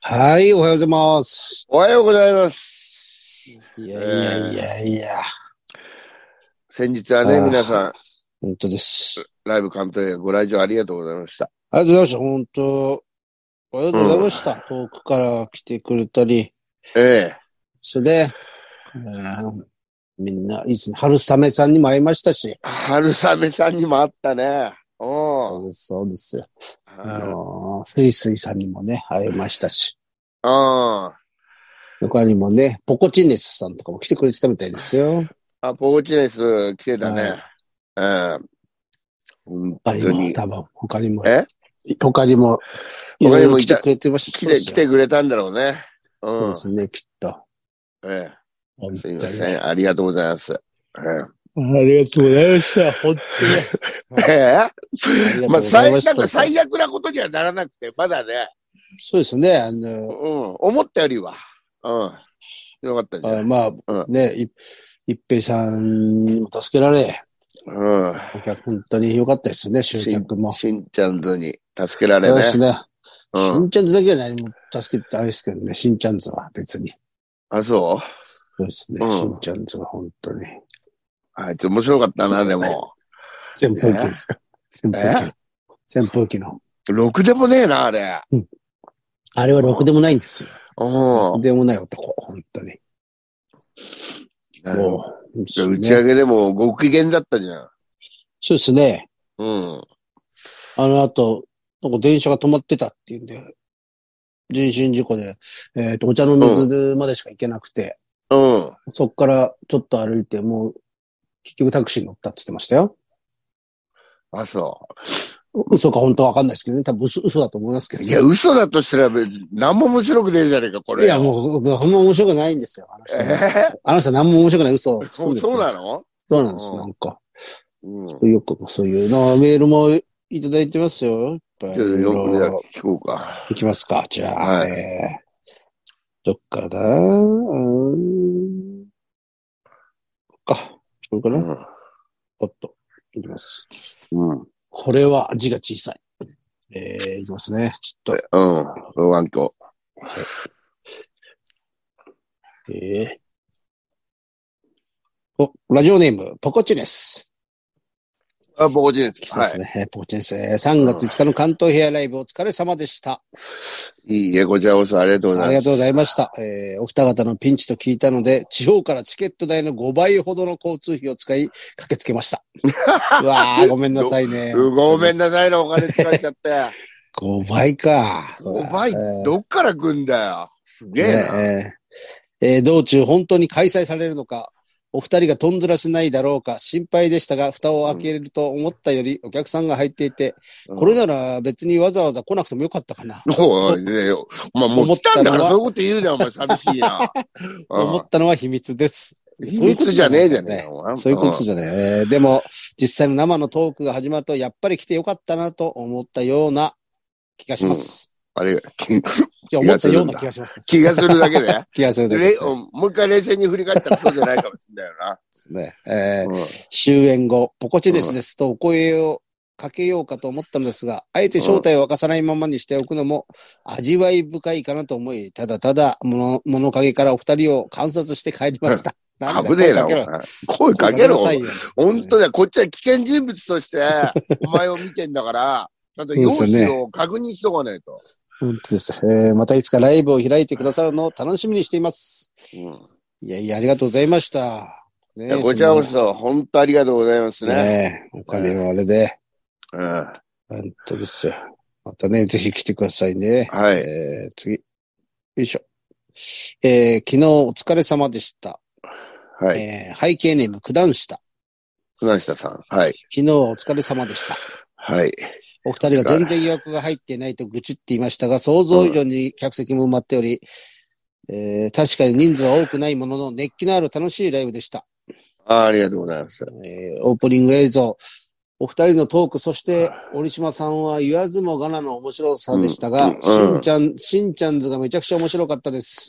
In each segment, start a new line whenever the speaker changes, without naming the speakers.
はい、おはようございます。
おはようございます。
いやいやいやいや、
先日はね、
あー
皆さん、
本当です。
ライブカンプレイご来場ありがとうございました。
ありがとうございました、本当。ありがとうございました。遠くから来てくれたり、
え
それで、うんみんな、いつ、春雨さんにも会いましたし。
え春雨さんにも会ったね。お
そううです、そうですよ。あ
ん。
のー、スイスイさんにもね、会いましたし。
あ
他にもね、ポコチネスさんとかも来てくれてたみたいですよ。
あ、ポーチネス来てたね。うん。
他
本
に
当
も、
に。
多分、他にも。
え
他にも、い
他
ろい
に
ろ
もい
来
た
てくれてました。
来て、来てくれたんだろうね。
そううんで。すね、きっと。
え
本
えす
当
い
に
ません。ありがとうございます。 え
ありがとうございました。本
ええ
当
え
に。
まあ、最なんか
最
最悪なことにはならなくて、まだね、
そうですね。あ
うん
の、、
思ったよりは、うん、よかったんじゃな
あ
い
まあ、ね、い一平さんにも助けられ、
うん。
お客、本当に良かったですね、集客も。
しんちゃんズに助けられ
そう
ね
で。すね。し
うん。
んちゃんズだけは何も助けてあれですけどね、しんちゃんズは別に。
あ、そう
そうですね、
うん
しんちゃんズは本当に。
あいつ面白かったな、でも。
扇風機ですか。扇風機。扇風機の。
ろくでもねえな、あれ。
あれはろくでもないんですよ。ろく
うん。
でもない男、本当に。
うん
もう、
じゃあ打ち上げでもご機嫌だったじゃん。
そうですね。
うん。
あの後、なんか電車が止まってたっていうんで、人身事故で、えっ、と、お茶の水までしか行けなくて、
うん。
そっからちょっと歩いて、もう、結局タクシーに乗ったって言ってましたよ。
あ、そ
嘘か本当はわかんないですけどね。多分嘘嘘だと思いますけ
う。
ど。
いや、嘘だとしたら別に何も面白くねえじゃねえか、これ。
いやもう、ほんま面白くないんですよ。あの人
え
ね、
ー
あの人何も面白くない嘘をつく
そ
ん
う
ですよ。
そうなの
そうなんです、
うん
なんか。
うん。ちょ
よく、そういうの、メールもいただいてますよ。いっぱい。
っとよくじゃあ聞こうか。
いきますか。じゃあ、
はい
えーどっからだうーん。こっか。これかな、おっと。いきます。
うん。うん。
これは字が小さい。えー、いきますね。ちょっ
うん。老眼鏡。
と。えー、お、ラジオネーム、ポコチネス。
あ、僕で
き
す。
そうで
は
すね。えーポコチネス。えー3月5日の関東ヘアライブお疲れ様でした。
い。いいえ、こちらこそありがとうございます。
ありがとうございました。えーお二方のピンチと聞いたので、地方からチケット代の5倍ほどの交通費を使い、駆けつけま した。うわー、ごめんなさいね。
うごめ
ん。
んなさいな、お金使っちゃって。
5倍か。
5倍
えー
どっから来んだよ。すげえな。
ねえーえー道中本当に開催されるのか、お二人がとんずらしないだろうか心配でしたが、蓋を開けると思ったよりお客さんが入っていて、これ
だ。
なら別にわざわざ来なくてもよかったかな。
おい、ねえよ。お前もう来たんだ
思ったのは
からそういうこと言うな、お前寂しいな。
思
う
ったのは秘密です。
ん
そういう
秘
こと
密
じ
じ
ゃ
ゃ
ね
ね
え
え
じ
じ
ゃ
ゃ
ね
ね
え
えか、お前。
そういうことじゃねえー。でも、実際の生のトークが始まると、やっぱり来てよかったなと思ったような気がします。
うんあれ、気
いや、思ったような気がします。
気がするだけで。
気がするだけで
れ
すね
もう一回冷静に振り返ったらそうじゃないかもしれないよな。
ですね。えー
うん
終演後、ポコチですですとお声をかけようかと思ったのですが、あえて正体を明かさないままにしておくのも味わい深いかなと思い、ただただ物物陰からお二人を観察して帰りました。なんだ
危ねえな、お
声
前
か。
声かけ
けろ
ろ。
声かけなさいよ
本当だよ、こっちは危険人物 として、お前を見てんだから、ちゃんと容
そうです
姿
よ
を確認しとかないと。
本当です。えーまたいつかライブを開いてくださるのを楽しみにしています。
うん
いやいや、ありがとうございました。ね
いやこちらこ
そ
そ、本当ありがとうございます
の
ね。
ねえお金はあれで、
うん、は
本当ですよ。またね、ぜひ来てくださいね。
い。
えー次。よいしょ。えー昨日お疲れ様でした。
はい。
えー背景ネーム九段下。
船下さん。はい。
昨日はお疲れ様でした。
はい。
お二人が全然予約が入っていないと愚痴っていましたが、想像以上に客席も埋まっており、えー確かに人数は多くないものの熱気のある楽しいライブでした。
あありがとうございます。
えーオープニング映像、お二人のトーク、そして、折島さんは言わずもがなの面白さでしたが、
うん
し
うん
んちゃん、しんちゃんズがめちゃくちゃ面白かった です。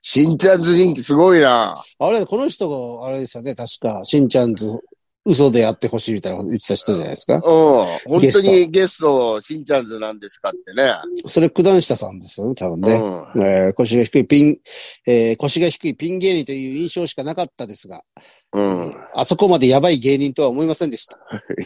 新ちゃんズ人気すごいな。
あれ、この人が、あれですよね、確か、しんちゃんズ、嘘でやってほしいみたいなこと言ってた人じゃないですか。
本
ゲ
当
スト
にゲスト、しんちゃんズなんですかってね。
それ、九段下さんですよね、多分ね。
うん
えー腰が低いピン、えー腰が低いピン芸人という印象しかなかったですが、
うん。
あそこまでやばい芸人とは思いませんでした。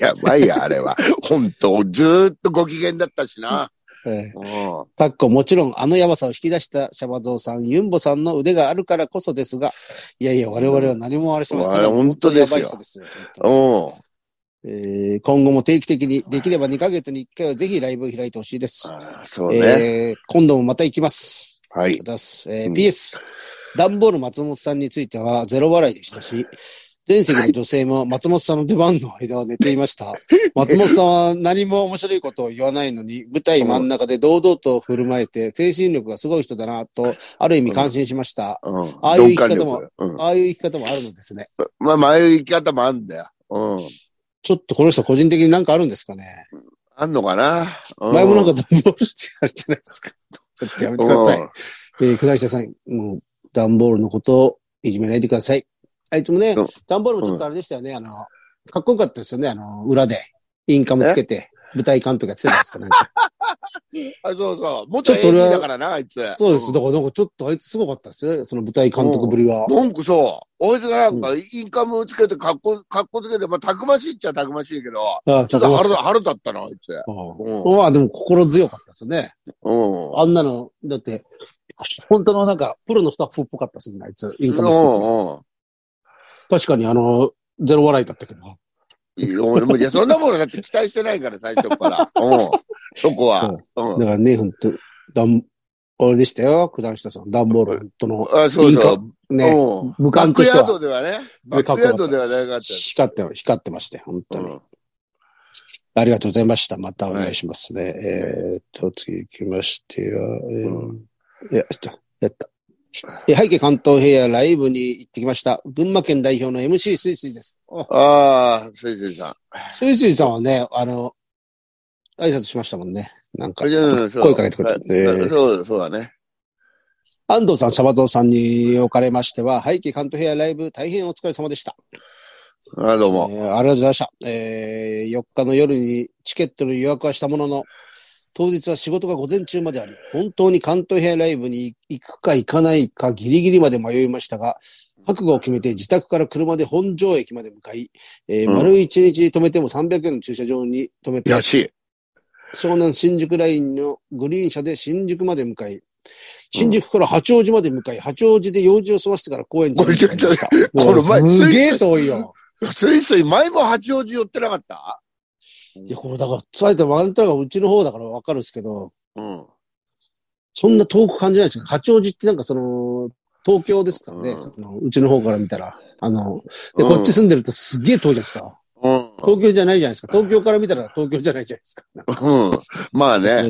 やばいや、あれは。 本当ずーっとご機嫌だったしな。
えー
うん。
かっこもちろんあのやばさを引き出したシャバゾウさん、ユンボさんの腕があるからこそですが、いやいや、我々は何もあれしました
あれ本当ですよ
やばい人ですよ。本当に
うん。
えー今後も定期的に、できれば2ヶ月に1回はぜひライブを開いてほしいです。
あーそうね。
えー今度もまた行きます。
はい。
だす。えー
うん
PS、ダンボール松本さんについてはゼロ笑いでしたし、前席の女性も松本さんの出番の間は寝ていました。 松本さんは何も面白いことを言わないのに、舞台真ん中で堂々と振る舞えて、精神力がすごい人だなと、ある意味感心しました。
うん。
ああいう生き
鈍
方
感
も
力。うん。
ああいう生き方もあるのですね。
まあ、まあああいう生き方もあんだよ。うん。
ちょっとこの人個人的になんかあるんですかね。
あんのかなうん
前もなんかダンボールしてあるじゃないです か。ちょっとやめてください。
うん
えー、下下さん、もう、段ボールのことをいじめないでください。あいつもね
うん、
段ボールもちょっとあれでしたよね、あの、かっこよかったですよね、あの、裏で。インカムつけて、舞台監督がつけたんですかね。
あ、そうそう。もっ
ち
と
ょっと俺は
AD だからな、あいつ。
そうです。
ん
だから、なんかちょっとあいつすごかったですよね、その舞台監督ぶりは。
なんかそう。あいつがなんか、インカムつけて、かっこ、かっこつけて、まあ、たくましいっちゃたくましいけど、
ああ、
ちょっと腹だ、腹立ったな、あいつ。
う
うん。
んまあ、でも心強かったですね。
うん。
あんなの、だって、本当のなんか、プロのスタッフっぽかったですね、あいつ。インカムつけて。
う
確かに、あの、ゼロ笑いだったけど。
んうん。いや俺も、いや、そんなものだって期待してないから、最初から。うん。そこ
そ
は
う。
うん。
だからね、本当ダン、あれでしたよ、九段下さん。ダンボール、本当の、
あ、そう
いいか
そう。
ね、
うん
無
バッ
冠と
ク
して
ヤ
は
ードではね。バ
でか
ッ
っ
ク
こよか
ヤー
った
ドではなかった。
光って、光ってまして、本当に。
うん
ありがとうございました。またお願いしますね。えーっと、次行きましては、えー
う
いや、ちょっと、やった。え背景関東平野ライブに行ってきました。群馬県代表の MC スイスイです。あ
ああ、すいすいさん。
スイスイさんはね、あの、挨拶しましたもんね。なんか、
うんそう
声かけてくれた。えー
そう、そうだね。
安藤さん、シャバゾウさんにおかれましては、背景関東平野ライブ大変お疲れ様でした。
あ、どうも。
えーありがとうございました。えー4日の夜にチケットの予約はしたものの、当日は仕事が午前中まであり、本当に関東平ライブに行くか行かないかギリギリまで迷いましたが、覚悟を決めて自宅から車で本庄駅まで向かい、えー
うん
丸1日止めても300円の駐車場に止めて、
安い。
湘南新宿ラインのグリーン車で新宿まで向かい、新宿から八王子まで向かい、八王子で用事を済ましてから公園に向かいました。
これ前
もうすげえ遠いよ。
スイスイ、前も八王子寄ってなかった
いや、これだから、埼玉、あんたがうちの方だからわかるんですけど、
うん。
そんな遠く感じないですよ。八王子ってなんかその、東京ですからね、
うん
そのうちの方から見たら。あの、で、こっち
す。
住んでるとすげえ遠いじゃないですか。
うん。
東京じゃないじゃないですか。東京から見たら東京じゃないじゃないですか。なんか
うん。まあね。
は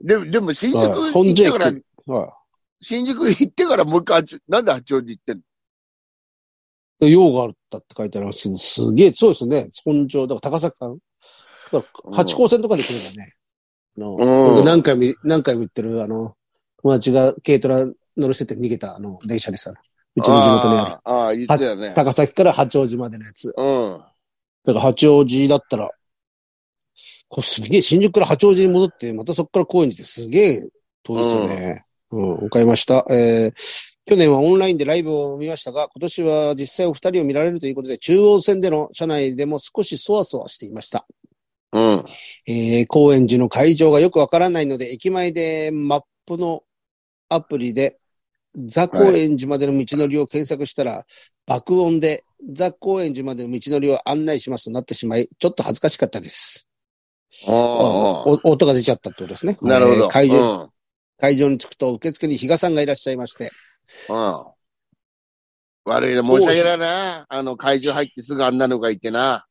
でも、でも新宿
い
行
本
って
庄
から、
駅とは
新宿行ってからもう一回、なんで八王子行ってんの
い。用があったって書いてありますけど、すげえ、そうですね。本庄、だから高崎さん。だから八高線とかで来ればね。あの
うん
僕何回も、何回も言ってる、あの、友達が軽トラ乗らせて逃げた、あの、電車でさ、うちの地元にある。
ああああ、言ってたよね。
高崎から八王子までのやつ。
うん。
だから八王子だったら、こうすげえ、新宿から八王子に戻って、またそこから高円寺ってすげえ遠いですよね。うん、わかりました。えー去年はオンラインでライブを見ましたが、今年は実際お二人を見られるということで、中央線での車内でも少しそわそわしていました。
うん。
えー、高円寺の会場がよくわからないので、駅前でマップのアプリで、ザ高円寺までの道のりを検索したら、爆音で、ザ高円寺までの道のりを案内しますとなってしまい、ちょっと恥ずかしかったです。
ああ。
お音が出ちゃったってことですね。
なるほ
え
ど。
ー会場、
うん。
会場に着くと、受付に比嘉さんがいらっしゃいまして、
うん。悪いな、申し訳ないな。あの、会場入ってすぐあんなのがいてな。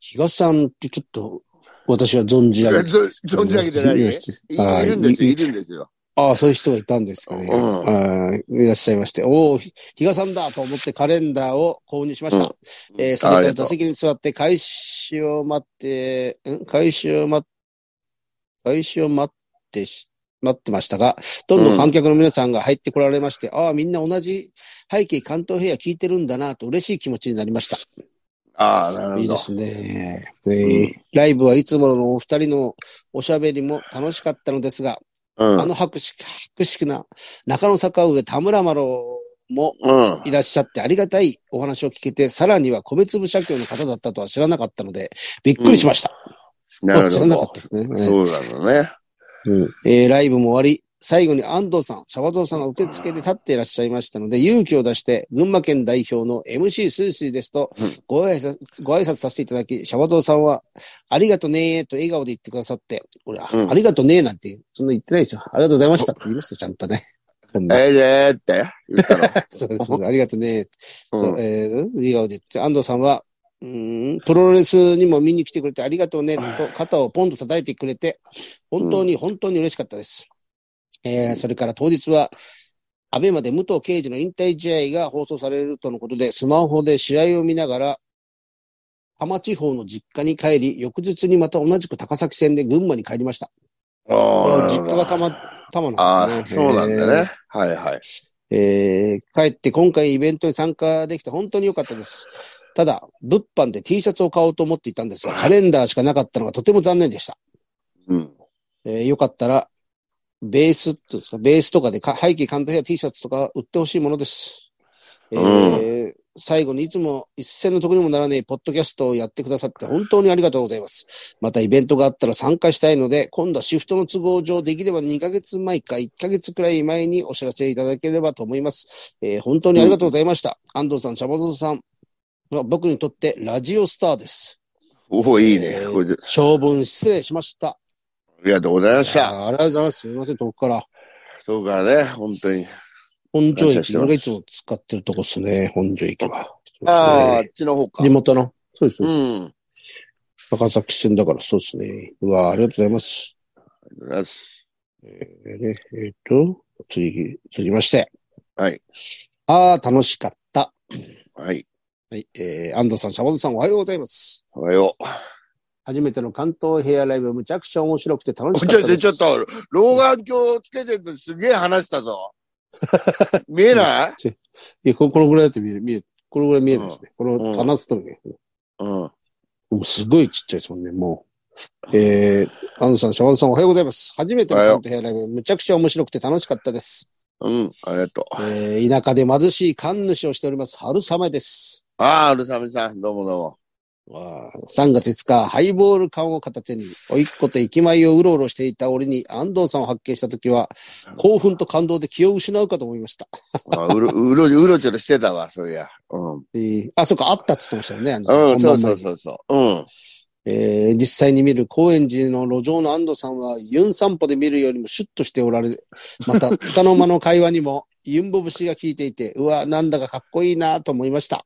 比嘉さんってちょっと、私は存じ
いや
上げ
ぞ 存じ上げてないい
あ
いるんですよ、いるんですよ。
ああ、そういう人がいたんですかね。
うん
うんいらっしゃいまして、おお、ひ比嘉さんだと思ってカレンダーを購入しました。
うん
えーその
あり
後
がと
座
う
席に座って開始を待って、ん開始を待って、開始を待ってし、待ってましたが、どんどん観客の皆さんが入ってこられまして、ああ、みんな同じ背景関東平野聞いてるんだなと嬉しい気持ちになりました。
ああ、なるほど。
いいですね。え
う
ーライブはいつものお二人のおしゃべりも楽しかったのですが、
うん。う
あの白色、白色な中野坂上田村麻呂も
ん。
いらっしゃってありがたいお話を聞けて、さらには米粒社協の方だったとは知らなかったので、びっくりしました。
なる
知
ほ
らなかっ
ど
た。ですね。ね
そうなんだね。
えーライブも終わり、最後に安藤さん、シャバゾウさんが受付で立っていらっしゃいましたので、勇気を出して、群馬県代表の MC スイスイですと
うん
ご挨拶、ご挨拶させていただき、シャバゾウさんは、ありがとねーと笑顔で言ってくださって、俺、あ
うん
ありがとねーなんて、そんな言ってないでしょ。ありがとうございましたって言いました、ちゃんとね。こんな
ええでーって言ったの。
そうそうありがとねーって
う
そ
ん
う、えー笑顔で言って、安藤さんは、うーんプロレスにも見に来てくれてありがとうね、と肩をポンと叩いてくれて、本当に本当に嬉しかったです。えーそれから当日は、アベマで武藤刑事の引退試合が放送されるとのことで、スマホで試合を見ながら、多摩地方の実家に帰り、翌日にまた同じく高崎線で群馬に帰りました。これ
あ
は
あ、
実家が多摩、多摩
あ
なん
あ、
です
そ
ね。
うなんだね。はいはい。
えー帰って今回イベントに参加できて本当に良かったです。ただ、物販で T シャツを買おうと思っていたんですが、カレンダーしかなかったのがとても残念でした。
うん。
えーよかったら、ベースっていうんですか、ベースとかでか背景監督や T シャツとか売ってほしいものです。えー最後にいつも一戦の得にもならないポッドキャストをやってくださって本当にありがとうございます。またイベントがあったら参加したいので、今度はシフトの都合上できれば2ヶ月前か1ヶ月くらい前にお知らせいただければと思います。えー本当にありがとうございました。安藤さん、シャバゾウさんは僕にとってラジオスターです。
おお、いいね
え。ー
これであ
長文失礼しました。
りがとうございまし
い
た。
やーありがとうございます。すみません、遠くから。
そうかね、本当に。
本庄
感謝し
駅、
てます
俺がいつも使ってるとこっすね、本庄駅は。
ああ、
そうです
あっ
ね
ちの方か
地。元の。そうです、そう
う
で
ん。
す高崎線だからそうですね。うわありがとうございます。
よし
えーねえっと、次、続きまして。
はい。
ああ、楽しかった。
はい。
はい。えー、安藤さん、シャバドさん、おはようございます。
おはよう。
初めての関東ヘアライブ、むちゃくちゃ面白くて楽し
ち
か
ょ
っ
ったと、
です。
ちょっと、老眼鏡をつけてるのすげえ話し たぞ。見えない
ちょいやここのぐらいだって見える、見える。このぐらい見えるんですね。こ
うん
の棚つとね、
うん。
もうすごいちっちゃいですもんね、もう。えー、安藤さん、シャワンさんおはようございます。初めての
おはよ
カ
う
ントヘアライブ、むちゃくちゃ面白くて楽しかったです。
うん、ありがとう。
えー、田舎で貧しい神主をしております、春雨です。
ああ、ルサメさん、どうもどうも。
わあ3月5日、ハイボール缶を片手に、おいっ子と駅前をうろうろしていた俺に安藤さんを発見したときは、興奮と感動で気を失うかと思いました。
あうろ、うろ、うろちょろしてたわ、そりゃ。うん。
えーあ、そうか、あったっつってましたよね、安藤さん
うん、
本番
そう
前に
そうそうそう。うん。
えー実際に見る高円寺の路上の安藤さんは、ユン散歩で見るよりもシュッとしておられ、ま た、つかの間の会話にも、ユンボ節が効いていて、うわ、なんだかかっこいいなと思いました。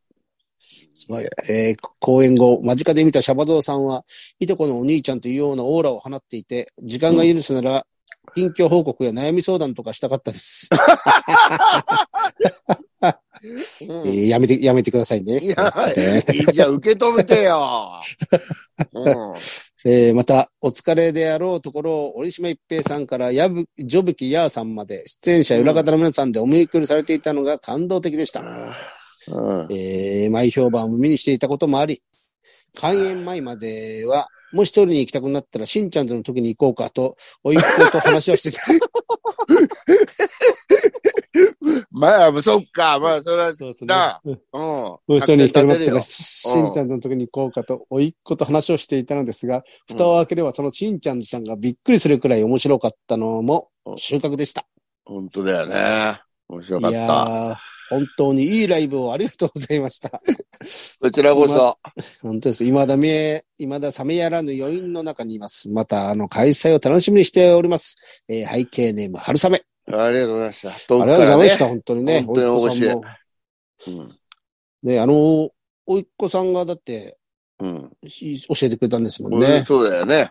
すごい。えー公演後、間近で見たシャバゾウさんは、いとこのお兄ちゃんというようなオーラを放っていて、時間が許すなら、近況報告や悩み相談とかしたかったです。
うん
えーやめて、やめてくださいね。
いや、いいじゃん、受け止めてよ。 うん。
えーまた、お疲れであろうところを、折島一平さんから、やぶ、ジョブキヤーさんまで、出演者裏方の皆さんでお見送りされていたのが感動的でした。
うん。
えー前評判を耳にしていたこともあり、開演前までは、もし一人に行きたくなったら、しんちゃんズの時に行こうかと、おいっ子と話をしてた。
まあ、そっか、まあ、それは、
そうです
な。
も
うん。
う一人に行きたくなった
作戦立てる
ら、
よ
しんちゃんズの時に行こうかと、おいっ子と話をしていたのですが、
うん
蓋を開ければ、そのしんちゃんズさんがびっくりするくらい面白かったのも
う、ん
収穫でした。
本当だよね。面白かっ
いや
た。
ー本当にいいライブをありがとうございました。
こちらこそ。
本当です。未だ見え、未だ冷めやらぬ余韻の中にいます。また、あの、開催を楽しみにしております。えー背景ネーム、春雨。あ
ありがとうございました。遠
りがとうございました。本当にね。
本当
お
に
いっ子さんも
うん。
ね、あの、おいっ子さんがだって、
うん。
し教えてくれたんですもん
ね
ね。。
そうだよね。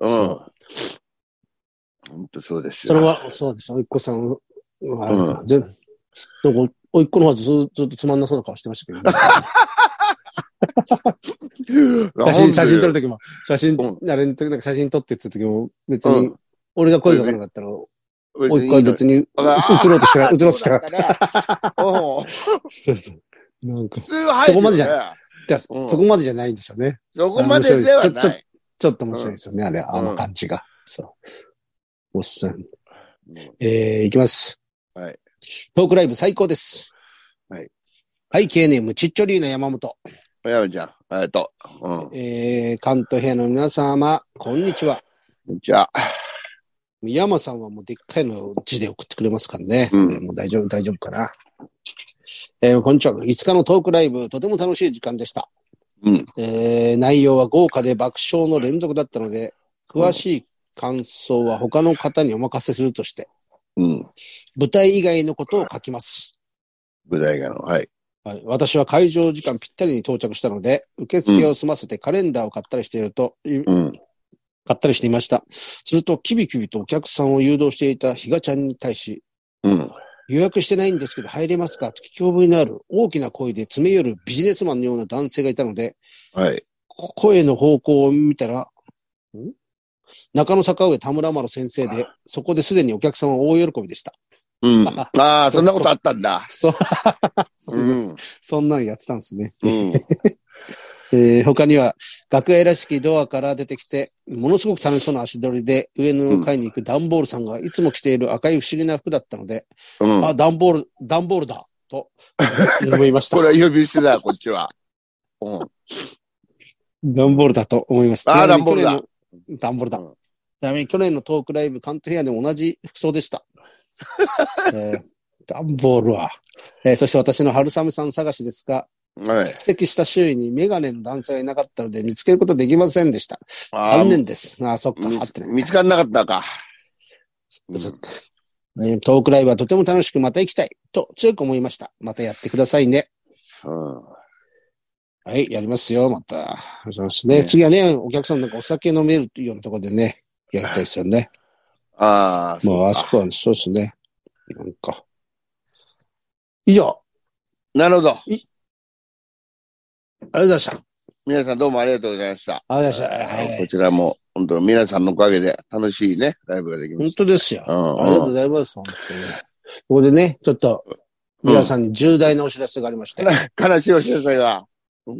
うん。
そ
本当そうです
そ
よ。
れは、そうです。おいっ子さんは、
う
全なんかおいっ子の方はずずっとつまんなそうな顔してましたけどね、写真、写真撮るときも、写真、
う
あれの時なんか写真撮ってって時も、別
う
に
ん、
俺が声がかなかったら、
別
おいっ子は別に、映ろうとして な、映ろうとしてなかった。
た。うん
そうそう。なんか、
普通は入るよね
そこまでじゃじゃあ、
うん
そこまでじゃないんでしょうね。
そこまででは
面白いですちょ
ない。
ちょっと面白いですよね、あれ、あ
う
の
ん
感じが。そう。おっさん。
うん
えー、いきます。
はい。
トークライブ最高です。
はい。
はい、K ネーム、ちっちょりーな山本。
山ちゃん、ありがとう。うん。
えー、関東平野の皆様、こんにちは。
じゃあ、
山さんはもうでっかいの字で送ってくれますからね。
うん
えーもう大丈夫、大丈夫かな。えー、こんにちは。5日のトークライブ、とても楽しい時間でした。
うん。
えー、内容は豪華で爆笑の連続だったので、詳しい感想は他の方にお任せするとして、
うん。
舞台以外のことを書きます。
舞台がの、はい。
はい、私は会場時間ぴったりに到着したので、受付を済ませてカレンダーを買ったりしていると、い
うん。
買ったりしていました。すると、キビキビとお客さんを誘導していたヒガちゃんに対し、
うん。
予約してないんですけど入れますかと聞き覚えのある大きな声で詰め寄るビジネスマンのような男性がいたので、
はい。
こ声の方向を見たら、ん中野坂上田村丸先生で、そこですでにお客さんは大喜びでした。
うん。あ あ、
そ
そんなことあったんだ。
そ、
うん。
そんなんやってたんですね。
うん。
えー他には、楽屋らしきドアから出てきて、ものすごく楽しそうな足取りで、上の階に行く段ボールさんがいつも着ている赤い不思議な服だったので、
うん。
あ、段ボール、段ボールだ、と思いまし
こ
た。
れは呼び捨 てだ、こっちは。うん。
段ボールだと思います。
あー
ちなみに去年
段
の。段ボールだ。
うん
ちなみに去年のトークライブ、関東平野でも同じ服装で した。えー段ボールは。えーそして私の春雨さん探しですが、
はい。
欠席した周囲にメガネの男性がいなかったので見つけることできませんでした。
あ
残
ー
念です。あー、そっか、
み
合ってない。
見つからなかったか。うん
そっかえートークライブはとても楽しくまた行きたいと強く思いました。またやってくださいね。
うん。
はい、やりますよ、また。そうですね。
ね
次はね、お客さんなんかお酒飲めるというようなところでね、やりたいですよね。
ああ、
まあ、あそこはそうですね。なんか。以上、
なるほど。
ありがとうございました。
皆さんどうもありがとうございました。
ありがとうございました。は
こ
い。
ちらも、本当皆さんのおかげで楽しいね、ライブができま
本
し
当ですよ。
た。うん。
ありがとう
う
ご
ん
ざいます、本当に。ここでね、ちょっと、皆さんに重大なお知らせがありまして、
悲しいお知らせが。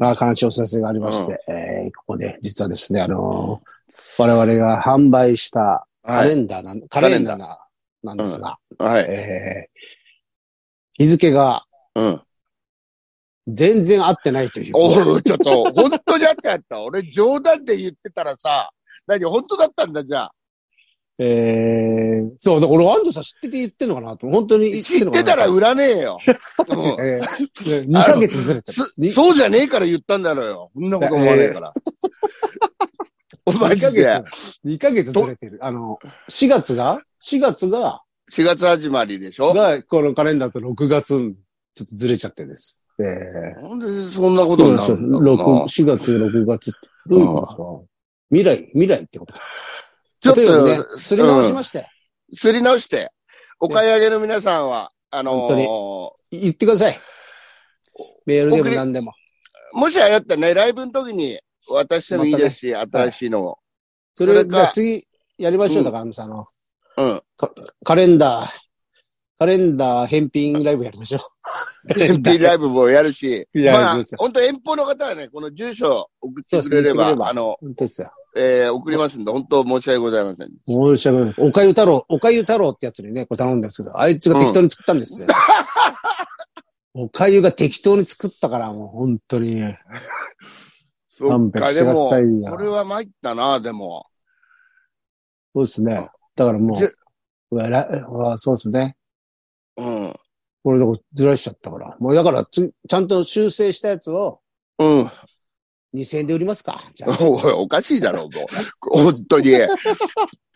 あ悲しいお知らせがありまして、えーここで、実はですね、あのー我々が販売したカ
は
レ
い。
ンダーなん、カレンダーななんですが、
はい。
えー日付が
うん。
全然合ってないという。
おうちょっと、本当にあったやった。俺、冗談で言ってたらさ、何、本当だったんだ、じゃあ。
えーそう、だから俺、安藤さん知ってて言ってんのかなと。本当に
知
ん
っ
のか
てたら
な
売らねえ よ。うん
えー、2ヶ月ずれてる。
すそうじゃねえから言ったんだろうよ。そんなこと思わな いから。お前
2ヶ
で
月、2ヶ月ずれてる。あの、4月が ?4 月が、
4月始まりでしょ
が、このカレンダーと6月、ちょっとずれちゃってるんです。えー
なんでそんなこと
そうで
にな
す
るんだろうな
4月、6月ってどういうことですか未来、未来ってこと
ちょっ
例えばね
と、、
すり直しまして、
すり直して、お買い上げの皆さんは、あのー
言ってください。メールでも何でも。
もしあれだったらね、ライブの時に渡してもいいですし、新しい のを。
そ
それ
れ
か
が次、やりましょ
う
う。
ん
だから、あのさ、あの、
うん。
カレンダー、カレンダー返品ライブやりましょう。
返品ライブもやるし、
いや
まあ
そうそう、
本当遠方の方はね、この住所送ってくれれ
そうですね送ってくれ
ば
れ、ば
あの、
本当ですよ。
えー送りますんで、本当申し訳ございません。
申し訳ない。おかゆ太郎、おかゆ太郎ってやつにね、これ頼んだんですけど、あいつが適当に作ったんですよ。 おかゆが適当に作ったから、もう本当に。
そっか、
勘弁して
で
くだ
も、
さいよ
それは参ったな、でも。
そうですね。だからも
ぜ
う、うわらうわそうですね。
うん。
これでこずらしちゃったから。もうだからつ、ちゃんと修正したやつを
うん。
2000円で売りますか。じゃあ
おい、おかしいだろう、もう。本当に。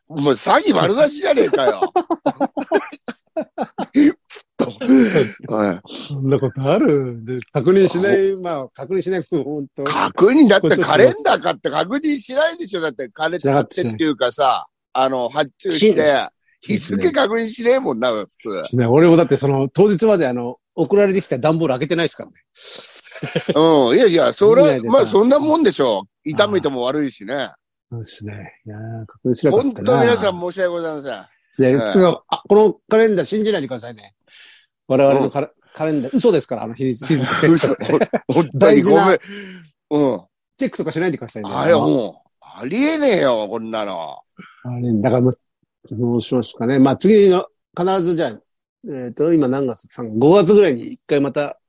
もう詐欺丸出しじゃねえかよ。 はい
そんなことあるで確認しない、まあ、確認しない分、本当
確認、だってカレンダー買って確認しないでしょ。だってカレンダー買ってっていうかさ、あの、発注し
しな
て、日付確認しねえもんな、普通。
ね、俺もだってその、当日まであの、送られてきた段ボール開けてないですからね。
うん。いやいや、それ
見な
は、
いでさ
まあそんなもんでしょう。痛めても悪いしね。
そうですね。いやー確認しなかった
本
な。
当皆さん申し訳ございません。
いや、
はい
すごいあ、このカレンダー信じないでくださいね。我々のカレ,、カレンダー、嘘ですから、あの日について。
嘘。ほん本当にご
大事
めん
な。
うん。
チェックとかしないでくださいね。
あれ、もう、ありえねえよ、こんなの。
あれ、だから、どうしますかね。まあ、次の、必ずじゃあ、えっ、と、今何月 ?3、5月ぐらいに一回また、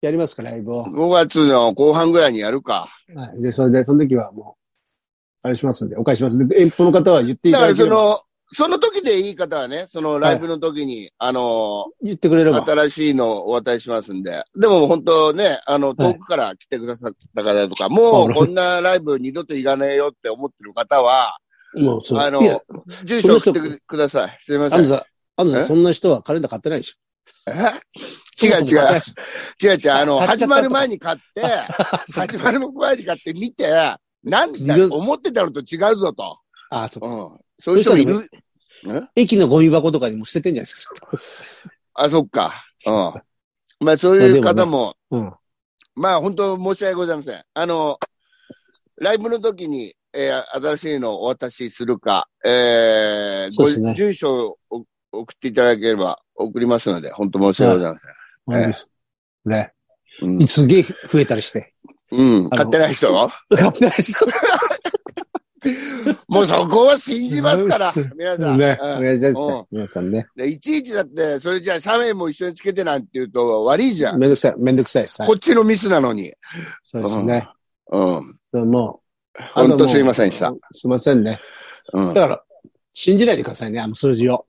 やりますか、ライブを。
5月の後半ぐらいにやるか。
はい。で、それで、その時はもう、あれしますんで、お返ししますんで、遠方の方は言ってい
だ
ただ
から、
け
そ
れば、
の、その時でいい方はね、そのライブの時に、あの
言ってくれれば。
新しいのをお渡ししますんで。でも本当ね、あの、遠くから来てくださった方とか、もうこんなライブ二度と行かねえよって思ってる方は、
もう、そう。
あの
いや、
住所送ってください。すいませ
アンドさ
ん。
ん、アンドさん、
え
そんな人はカレンダー買ってないでしょ。
違う
そもそも買ってないでし
違う違う、あの、
買っちゃ
始
った
まる前に買って、
ょ。そっ
始
か
まる前に買って見て、なんだ
二度、
思ってたのと違うぞと。
あ、そうっか。
ん。そういう人もいる
そう。駅のゴミ箱とかにも捨ててんじゃないですか。
あ、そっか。
そうそう
うん。まあ、そういう方も、
うん。
まあ、本当申し訳ございません。あの、ライブの時に、えー新しいのをお渡しするか、えー、
そうですね
ご住所を送っていただければ送りますので、本当申し訳ございません。
わかりますね。
うん
すげえ増えたりして。
うん。買ってない人
買ってない人
もうそこは信じます から
そうで、
皆さん。
ね。
うん
お願いします
うん。
皆さんね。
でいちいちだって、それじゃあ社名も一緒につけてなんて言うと悪いじゃん。
めんどくさい。めんどくさいです。はい
こっちのミスなのに。
そうですね。
うん。
でもう、
ほんとすいませんでし
あ
た
の。もうすいませんね。
うん
だ。から、信じないでくださいね、あの数字を。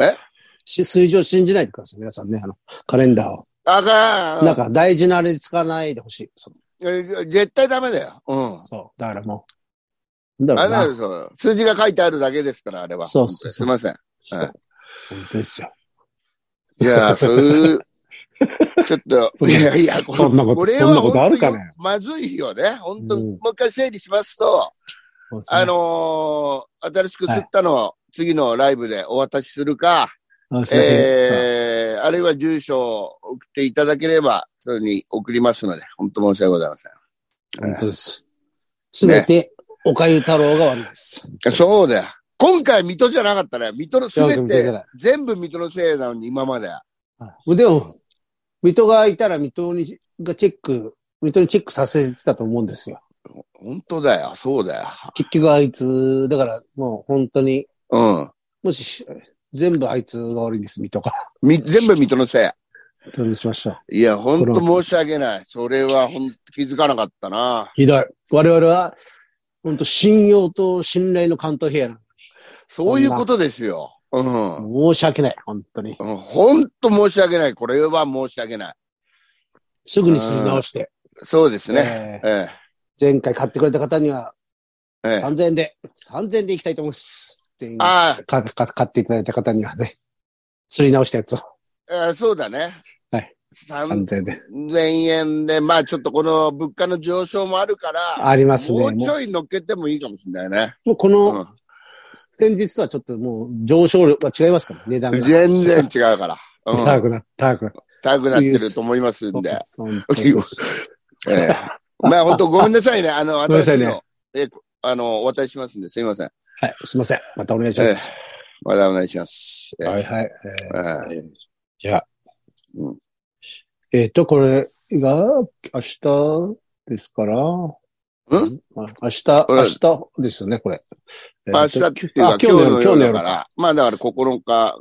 え
し数字を信じないでください、皆さんね、あの、カレンダーを。
あかん
なんか、大事なあれに使わないでほしい。そ
え絶対ダメだよ。うん
う。。そう。だからもう。だか
あ
ら
れだ
な
よ、そう。数字が書いてあるだけですから、あれは。
そうそうそう
すいません。
そう。
はい
本当ですよ。
いや、そういう、ちょっと、 いやいや、
そんなこと
これは
そんなことあるかね
本当にまずいよね。本当、
うん
もう一回整理しますと、
そうですね
あ、のー新しく吸ったのを次のライブでお渡しするか、
そうですね
えー、あるいは住所を送っていただければ、それに送りますので、本当申し訳ございませ
本当です。すべて、おかゆ太郎が悪いです。
ん。そうだよ。今回、水戸じゃなかったね。水戸のすべ
いやでも
て、全部水戸のせいなのに、今まで。
はいでも、水戸がいたら水戸に、がチェック、水戸にチェックさせてたと思うんですよ。
本当だよ、そうだよ。
結局あいつ、だからもう本当に、
うん。
もし、全部あいつが悪いんです、水戸が。
み、全部水戸のせ
どうにしましょう。
い。いや、本当申し訳ない。それは本当気づかなかったな。
ひどい。我々は、本当信用と信頼の関東平
そういうことですよ。うん。
野。申し訳ない、本当に。
うん本当申し訳ない。これは申し訳ない。
すぐにすり直して。
そうですね。
えー
ええ
前回買ってくれた方には、
ええ
3000円で、3000円でいきたいと思います。全員
ああ
かか買っていただいた方にはね、すり直したやつを
ええそうだね。
はい。
三
3000円で。
千円で、まあちょっとこの物価の上昇もあるから、
ありますね。
も
もう
うちょい乗っけてもいいかもしれないね。
もうこ
う
の
ん、
先日とはちょっともう上昇量が違いますから、値段が。
全然違うから。う ん、
高くなった、高くなった
高くなってると思いますんで。
そうそうそう
ええまあ本当ごめんなさいね。あの、
ごめんなさ
私
いね
の、えあの、お渡ししますんで、すいません。
はい、すいません。またお願いします。
まだお願いします。ええ
はいはい。
ええ
えーじゃあ
うん。
えっと、これが明日ですから。ん明日、
うん
明日ですよね、これ。
明日っていう
あ今
か、
日の夜、今日の
だ
夜
か。
から
まあだから9日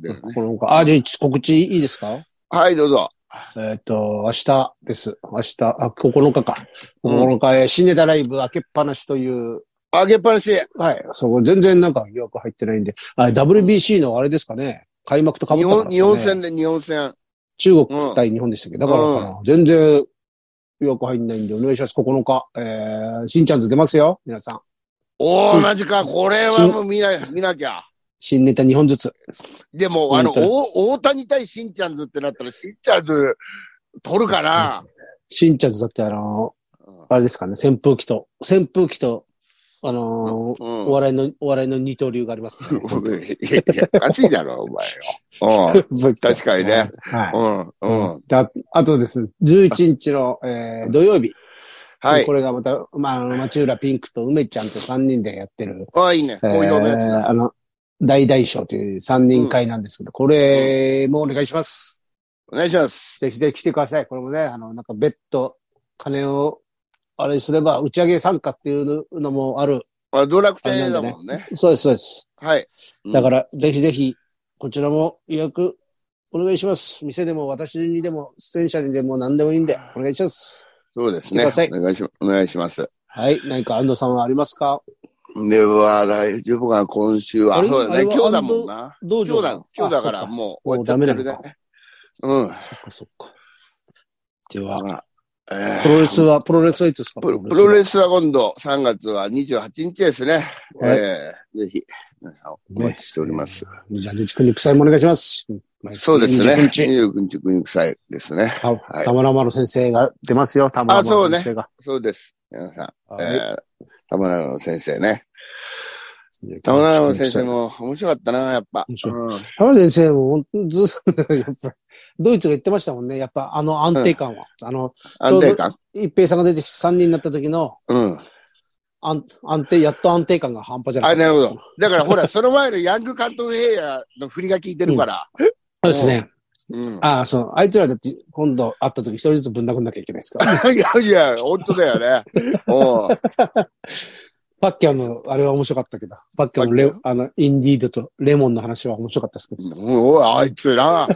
だよね、
このあ、じゃあ告知いいですか
はい、どうぞ。
えっ、と、明日です。明日、あ、9日か。
うん
9日、えー新ネタライブ開けっぱなしという、
あげっぱなし。
はい、そう、全然なんか予約入ってないんで、あ WBC のあれですかね、開幕とかぶ
日
ったから
本、
ですか
日
ね
本戦で日本戦。
中国対日本でしたっけど、だからかな、全然予約入んないんでお願いします。9日、えー、新チャンス出ますよ、皆さん。
お
う
ー、
ん
マジか。これはもう見な、見なきゃ。
新ネタ2本ずつ。
でも、あの、
本当に
お大谷対しんちゃんズってなったら、しんちゃんズ取るかな。
新チャンスだってあの
うん
ーあれですかね、扇風機と、扇風機と、あのー
うん
お笑いの、お笑いの二刀流がありますね。
いやいやおかしいだろ、お前よ。うん。確かにね。
はい。
うん、うん。
でああとですね、11日の、えー、土曜日。
はい
こ。れがまた、まああの、町浦ピンクと梅ちゃんと3人でやってる、
あ、いいね。
え
紅葉のやつ
ー
だ。
あの、大大賞という3人会なんですけど、これもお願いします。
お願いします。
ぜひぜひ来てください。これもね、あの、なんか別途、金をあれすれば、打ち上げ参加っていうのもある。
あドラクテだもんね。
そうです、そうです。
はい。
だから、ぜひぜひ、こちらも予約お願いします。店でも私にでも、出演者にでも何でもいいんで、お願いします。
そうですね。
来てください
お願いしまお願いします。
はい。何か安藤さんはありますか
では、大丈夫かな、今週は。
あれ
そうだ
あ
ね。
れは
今日だもんな。
道
今
場
日だ、今日だから、
も
もう
う
終わっちゃってる
も
ね。
うダメ
う
う。
ん。
そっかそっか。では、
まあえー
プロレスは、プロレスはいつですか
プロプロ
ス
レスは今度3月は28日ですね。
はい
えーぜひ、皆さんお待ちしております。
は。じゃあ、日君に臭いもお願いします。
そうですね。
29日
29日、国祭ですね。
た
い
たまらまの先生が出ますよ、たまらまの先生が。
そうです。皆さん、
はい
えー、玉永の先生ね。玉永の先生。も面白かったな、やっぱ。
面白
うん
玉永先生もほんと、ずっと、やっぱり、ドイツが言ってましたもんね。やっぱ、あの安定感は。あの、
安定感。
一平さんが出てきて3人になった時の、
うん。
安安定、やっと安定感が半端じゃない。
あ、なるほど。だからほら、その前のヤング関東平野の振りが効いてるから。
そうですね。
うん。
ああ、そう。あいつらだって、今度会った時一人ずつぶん殴んなきゃいけないです から。
いやいや、本当だよね。おう
パッキャオの、あれは面白かったけど。パッキャオのレ
パッ、
あの、インディードとレモンの話は面白かったですけど。
おい、あいつら、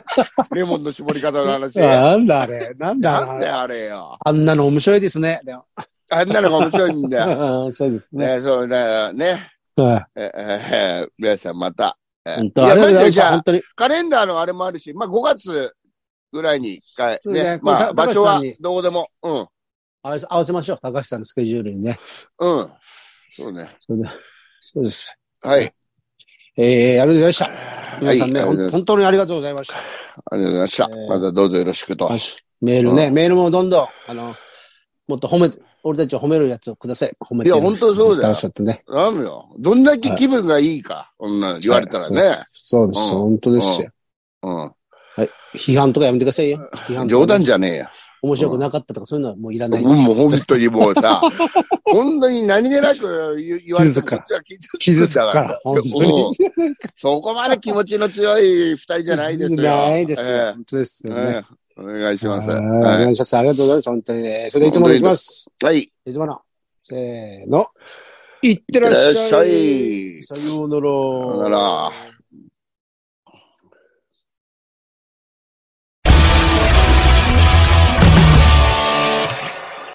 レモンの絞り方の話。
なんだあれ、なんだ
な
あ
ん
れ
だ。よ、あれよ。
あんなの面白いですね。でも
あんなのが面白いんだよ。
うん そうですね。
ね、そうだよね。
はい
ええー、皆さんまた。えー
本
い
当あ
や
りがとうござい
ま
ま
あ
した。
じゃあ
本当に。
カレンダーのあれもあるし、まあ5月ぐらいに一回、
そうね
ね。まあ
これ
場
た
所
高橋さ
は
んに
どこでも。うん。
合わせ合わせましょう。高橋さんのスケジュールにね。
うん。そうね。
それでそうです。
はい。
えー、ありがとうございました。
は
皆
い。あ
さ
り
んね、
が
ほ
とうご
ん
ざいます
本当にありがとうございました。
ありがとうございました。
えー
またどうぞよろしくと。
メールね、メールもどんどん、あの、もっと褒め、俺たちを褒めるやつをください。褒め
い
て。
や、本当そうだよ
楽し。かったね。
なのよ。どんだけ気分がいいか、こんなの言われたらね。
そうです。
うん
本当ですよ。
う
批判とかやめてくださいよ。批判
ん。
と
冗
か
談
ね
じゃねえよ。
面白くなかったとかそういうのはもういらない。
もう本当にもう さ、本当に何気なく言言われて
傷つ
も
くか
こ
ら
っちは傷つ
傷
く
つ
ん
く
だ
か
からら。。
本当に。
そこまで気持ちの強い二人じゃないですよ。
ないですよ。
え
本当です
え
よね。
ええお願いします。
はいお
は
願いします。ありがとうございます。本当にね。それでいつものいきます。
い。はい。いっ
いつもの。せーの。いって
て
らっ
らっ
し
し
ゃ
ゃ
い。
い。
さようなら。
さようなら。